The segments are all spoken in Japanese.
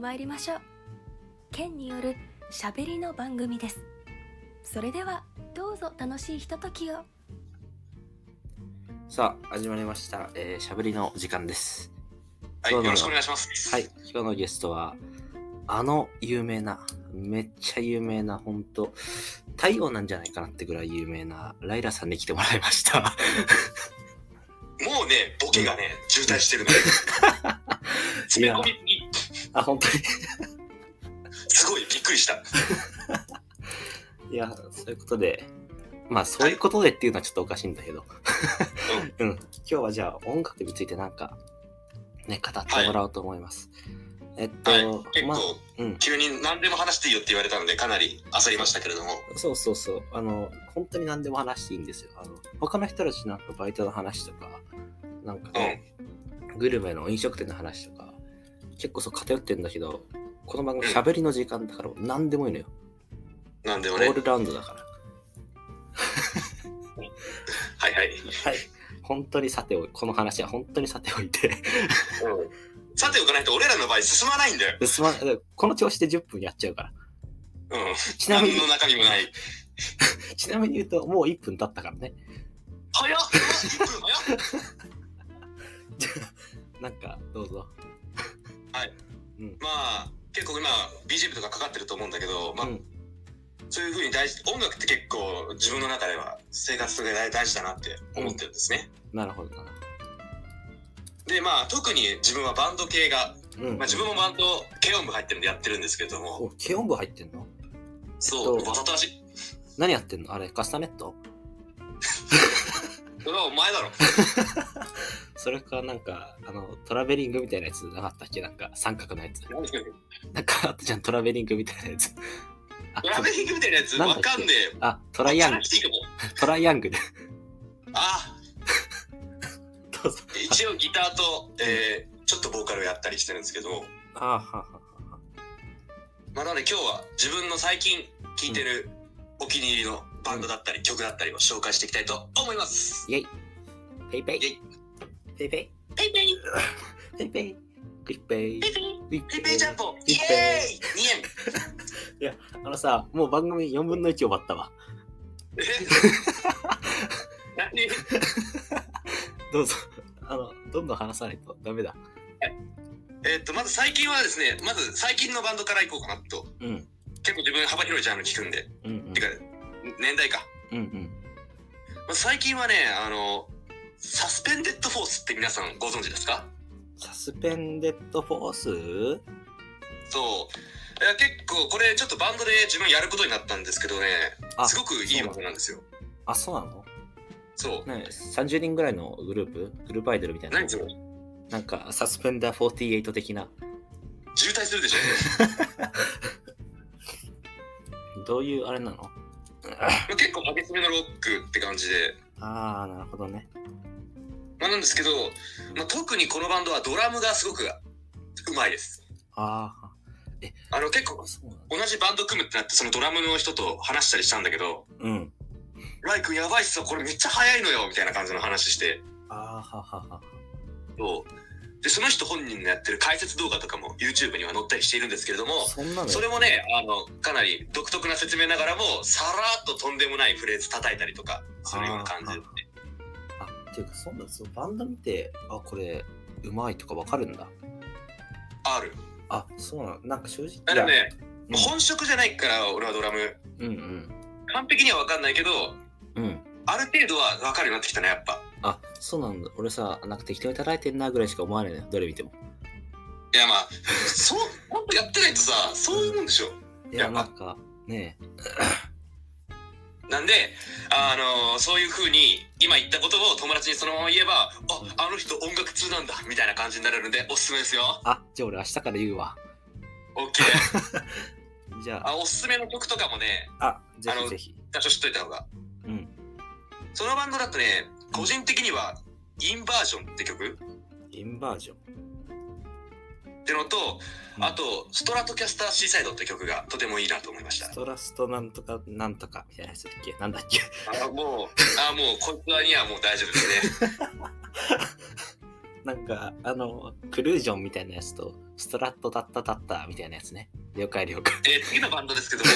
参りましょう県によるしゃべりの番組ですそれではどうぞ楽しいひとときをさあ、始まりました。えー、しゃべりの時間です。はい、そようなのろしくお願いします。はい、今日のゲストは、あの有名な、めっちゃ有名な、ほんと、太陽なんじゃないかなってぐらい有名な、ライラさんに来てもらいました。 もうね、ボケがね、渋滞 してるのよ。詰め込みに、あ、本当すごいびっくりした。にいや、そういうことで、まあ、そういうことでっていうのはちょっとおかしいんだけど、うん、今日はじゃあ、音楽についてなんか、ね、語ってもらおうと思います。えっと、はい、結まあ、構、うん。急に何でも話していいよって言われたので、かなり焦りましたけれども。そうそうそう。あの、本当に何でも話していいんですよ。あの、他の人たちなんかバイトの話とか、なんかね、グルメの飲食店の話とか、結構そう偏ってるんだけど、この番組うん喋りの時間だから何でもいいのよ。何でオもねー。ルラウンドだから。はいははい。い。本当にさておい、この話は本当にさておいて、 さておかないと、俺らの場合進まないんだよ。すまんこの調子で10分やっちゃうから。うん。ちなみ何に、の中身もない。ちなみに言うと、もう1分経ったからね。早っ1分早っじゃあなんか、どうぞ。まあ、結構今、BGM とかかかってると思うんだけど、まあう、ん。そういうふうに大事、音楽って結構自分の中では生活が大事だなって思ってるんですね。なるほどな。で、まあ、特に自分はバンド系がうん。まあ、自分もバンド、軽音部入ってるんでやってるんですけれども、お、軽音部入ってんのそう、えっとバタ足し、何やってんのあれ、カスタネットそれはお前だろ。それかなんかあのトラベリングみたいなやつなかったっけなんか三角のやつ グなんかあったじゃんトラベリングみたいなやつあラベリングみたいなやつ、なんだわっけかんねえよ。あトライアングあ来ていいかもトライアングルあ、どうぞ一応ギターと、えー、ちょっとボーカルをやったりしてるんですけども、あはははまあ、なので今日は自分の最近聴いてるお気に入りのバンドだったり、曲だったりを紹介していきたいと思います。イェイペイペイイェイペイペイペイペペイイペイクイッペイペイペイクイッペイペイジャンポイエーイ2円あのさもう番組4分の1終わったわ え 何どうぞあのどんどん話さないとダメだえっと、まず最近はですね、まず最近のバンドからいこうかなと。うん結構自分幅広いジャンル聞くんで、うんうんてか、年代か。うんうんまあ、最近はね、あの、サスペンデッドフォースって皆さんご存知ですかサスペンデッドフォースそう。いや結構これちょっとバンドで自分やることになったんですけどね、あすごくいいバンドなんですよ。あそうなのそう。ね30人ぐらいのグループグループアイドルみたいな何それなんか、サスペンダー48的な、渋滞する でしょどういうあれなのまあ結構激しめのロックって感じで。ああ、なるほどね。まあ、なんですけど、まあ、特にこのバンドはドラムがすごくうまいです。ああ、あの結構そうなんだ。同じバンド組むってなってそのドラムの人と話したりしたんだけど、うん。ライ君やばいっすよ、これめっちゃ早いのよみたいな感じの話して、ああ、ははは。そうでその人本人のやってる解説動画とかも YouTube には載ったりしているんですけれども、そんなのそれもね、あのかなり独特な説明ながらも、さらっととんでもないフレーズ叩いたりとかするような感じで、あーあ、っていうか、そんな、そうバンド見て、あ、これ、うまいとかわかるんだ。ある。あ、そうなの。なんか正直。だからね、うん本職じゃないから、俺はドラム、うんうん。完璧には分かんないけど、うん。ある程度は分かるようになってきたね、やっぱ。あ、そうなんだ。俺さ、なんか適当に叩いてんなぐらいしか思わないのよ。どれ見ても。いや、まあ、そう、ほんとやってないとさ、そういうもんでしょ。いや、いやなんか、ねなんで、あのそういう風に今言ったことを友達にそのまま言えば「ああの人音楽通なんだ」みたいな感じになれるんでおすすめですよ。あ、じゃあ俺明日から言うわ。 OK じゃあ、あおすすめの曲とかもねあ、ぜあひのぜひ。多少知っといた方がうん。そのバンドだとね個人的には「インバージョン」って曲インバージョン。ってのとあと「ストラトキャスターシーサイド」って曲がとてもいいなと思いましたストラストなんとかなんとかみたいなやつだっけなんだっけ あもうあもうこいつはにはもう大丈夫ですねなんか、あの、クルージョンみたいなやつと、ストラットタッタタッタみたいなやつね。了解 了解。えー次のバンドですけども、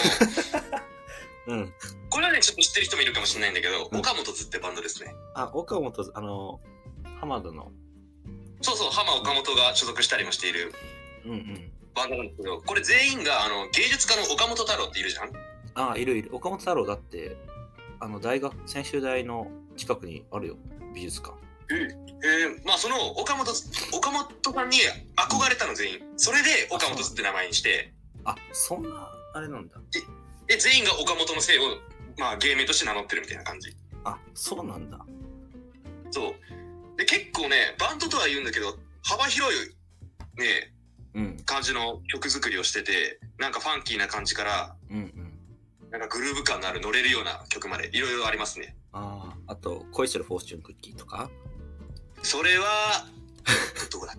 うん。これはね、ちょっと知ってる人もいるかもしれないんだけど、うん岡本津ってバンドですね。あ、岡本、あの、浜田の。そうそう、浜岡本が所属したりもしているうんうん。バンドなんですけど、これ全員があの芸術家の岡本太郎っているじゃん。あ、いるいる。岡本太郎だって、あの、大学、専修大の近くにあるよ。美術館。えーまあその岡本津岡本さんに憧れたの全員。それで岡本津って名前にして、あ、そんな、あれなんだ。で全員が岡本の姓をまあ芸名として名乗ってるみたいな感じ。あ、そうなんだ。そう。で結構ね、バンドとは言うんだけど、幅広いねうん。感じの曲作りをしてて、なんかファンキーな感じから。うんうん。なんかグルーヴ感のある乗れるような曲までいろいろありますね。ああ、あと、恋するフォーチュンクッキーと か。それは、どこだ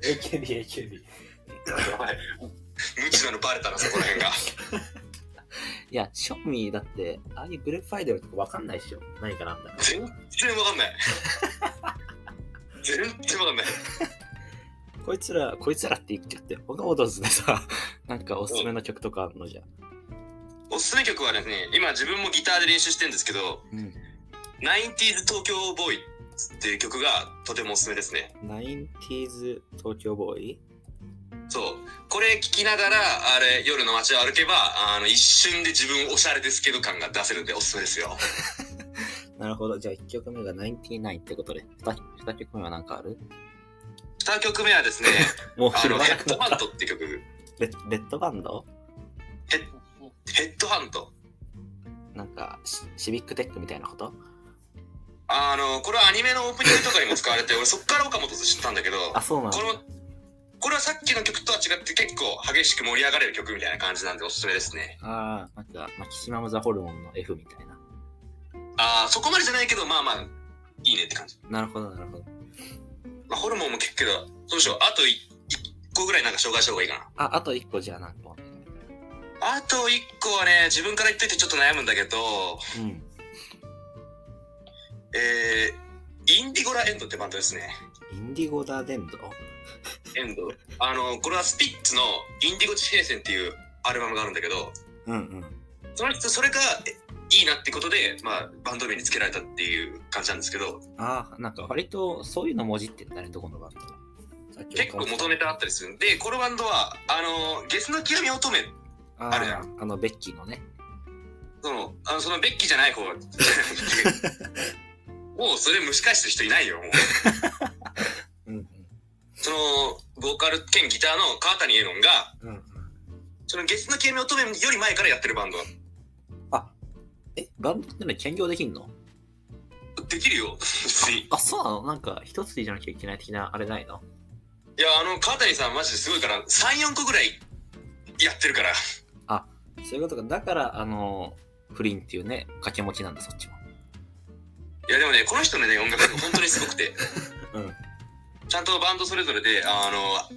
AKB、AKB。 やばい。無知なのバレたな、そこら辺が。いや、ショミーだって、ああいうグループアイドルとかわかんないっしょ。何かなんだか。全然わかんない。全然わかんない。こいつら、こいつらって言っちゃって、岡本ズでさ、 なんかおすすめの曲とかあるのじゃ。おすすめ曲はですね、今自分もギターで練習してるんですけど、うん。 90s 東京ボーイっていう曲がとてもおすすめですね。ナインティーズ東京ボーイそう。これ聴きながら、あれ、夜の街を歩けば、あの、一瞬で自分おしゃれですけど感が出せるんでおすすめですよ。なるほど。じゃあ1曲目がナインティナインってことで。2, 2曲目は何かある2曲目はで すね、もうあの、広がヘらッくドなっハンたトって曲。レッ。レッドバンドヘッヘッドハント。なんかシ、シビックテックみたいなことあの、これはアニメのオープニングとかにも使われて、俺そっから岡本と知ったんだけど、あ、そうなんだこ。のこれはさっきの曲とは違って結構激しく盛り上がれる曲みたいな感じなんでおすすめですねああ、なんか、マキシマム・ザ・ホルモンの F みたいな。ああそこまでじゃないけどまあまあいいねって感じ、なるほど、なるほど。まあ、ホルモンも聞くけどどうしようあと 1, 個ぐらいなんか紹介した方がいいかあ、あと1個じゃあ何個なあと1個はね自分から言っといてちょっと悩むんだけどうん。えー、インディゴラエンドってバンドですねインディゴ・ダ・デンドエンドあのこれはスピッツの「インディゴ地平線」っていうアルバムがあるんだけどうんうん。その人それがえいいなってことで、まあ、バンド名につけられたっていう感じなんですけどああ、なんか割とそういうの文字って誰どこのバンドさっき結構元ネタあったりするんでこのバンドはあのゲスの極み乙女ああるじゃーあのベッキーのね。そのあのそのベッキーじゃな い方もうそれ蒸し返してる人いないよもううんうん。そのボーカル兼ギターの川谷絵音がうんうん、そのゲスの極み乙女より前からやってるバンドえ、バンドってのは兼業できんのできるよ別にいあ、そうなのなんか一つじゃなきゃいけない的なあれないのやあの川谷さんマジですごいから34個ぐらいやってるからそういうことか。だから、あの、不倫っていうね、掛け持ちなんだ、そっちも。いやでもねこの人のね音楽が本当にすごくてうんちゃんとバンドそれぞれであの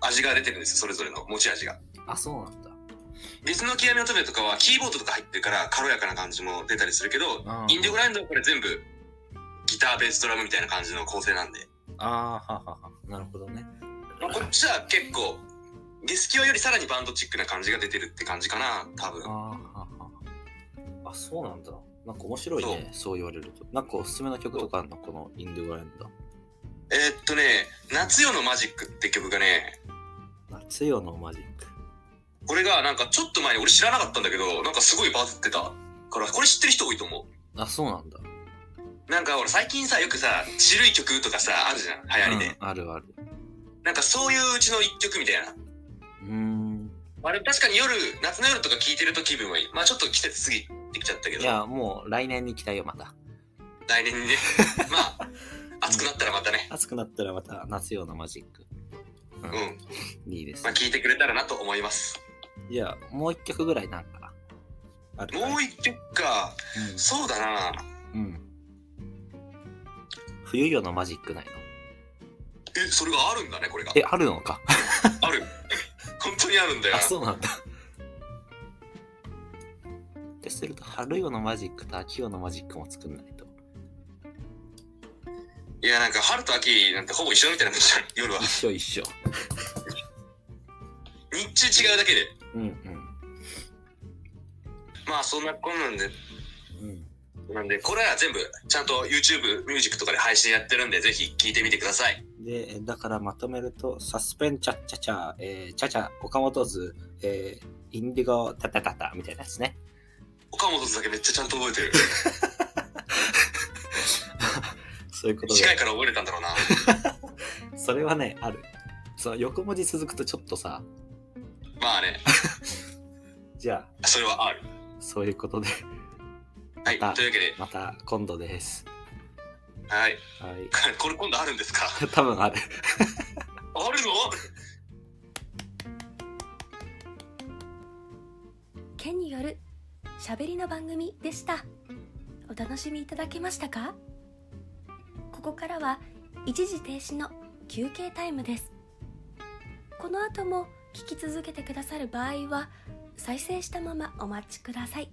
味が出てるんですよそれぞれの持ち味があ、そうなんだ。別の極み乙女とかはキーボードとか入ってるから軽やかな感じも出たりするけど、あーインディグラインドはこれ全部ギターベースドラムみたいな感じの構成なんで、ああ、ははは。なるほどね。まあ、こっちは結構ゲスキオよりさらにバンドチックな感じが出てるって感じかな多分あーはは。あ、そうなんだ。なんか面白いね、そう言われると。なんかおすすめの曲とかあるのこのインディゴラエンド。えーっとね「夏夜のマジック」って曲がね夏夜のマジック。これがなんかちょっと前に俺知らなかったんだけどなんかすごいバズってたからこれ知ってる人多いと思あ、そうなんだ。うなんか俺最近さよくさ白い曲とかさあるじゃん流行りで、うんあるある。なんかそういううちの一曲みたいなうーん。あれ確かに夜夏の夜とか聴いてると気分はいいまあちょっと季節過ぎてきちゃったけどいや、もう来年に期待よ、また。来年 にねまあ暑くなったらまたね暑くなったらまた夏用のマジック。うんうん、いいですまあ。聴いてくれたらなと思いますいや、もう一曲ぐらいなんか。あるもう一曲かそうだなうん。うん。冬夜のマジックないのえそれがあるんだねこれがえ、あるのか。ある 本当にあるんだよあ、そうなんだ。ってすると、春夜のマジックと秋夜のマジックも作んないと。いいや、なんか春と秋なんてほぼ一緒みたいなもんじゃん、夜は一。緒一緒。日中違うだけで。うんまあそんなこんなんで、うん。うん。なんで、これは全部ちゃんと YouTube ミュージックとかで配信やってるんで、ぜひ聞いてみてください。で、だからまとめると、サスペンチャッチャチャ、えー、チャチャ、岡本図、えー、インディゴタタタタみたいなやつね。 岡本さんだけめっちゃちゃんと覚えてる。そういうことで近。いから覚えれたんだろうな。それはね、ある。その横文字続くとちょっとさ、まあね、じゃそれはある。あ、そういうことで、はい、あというわけで、また今度です。はい。 はい。これ今度あるんですか多分ある。あるの県によるしゃべりの番組でしたお楽しみいただけましたかここからは一時停止の休憩タイムですこの後も聞き続けてくださる場合は再生したままお待ちください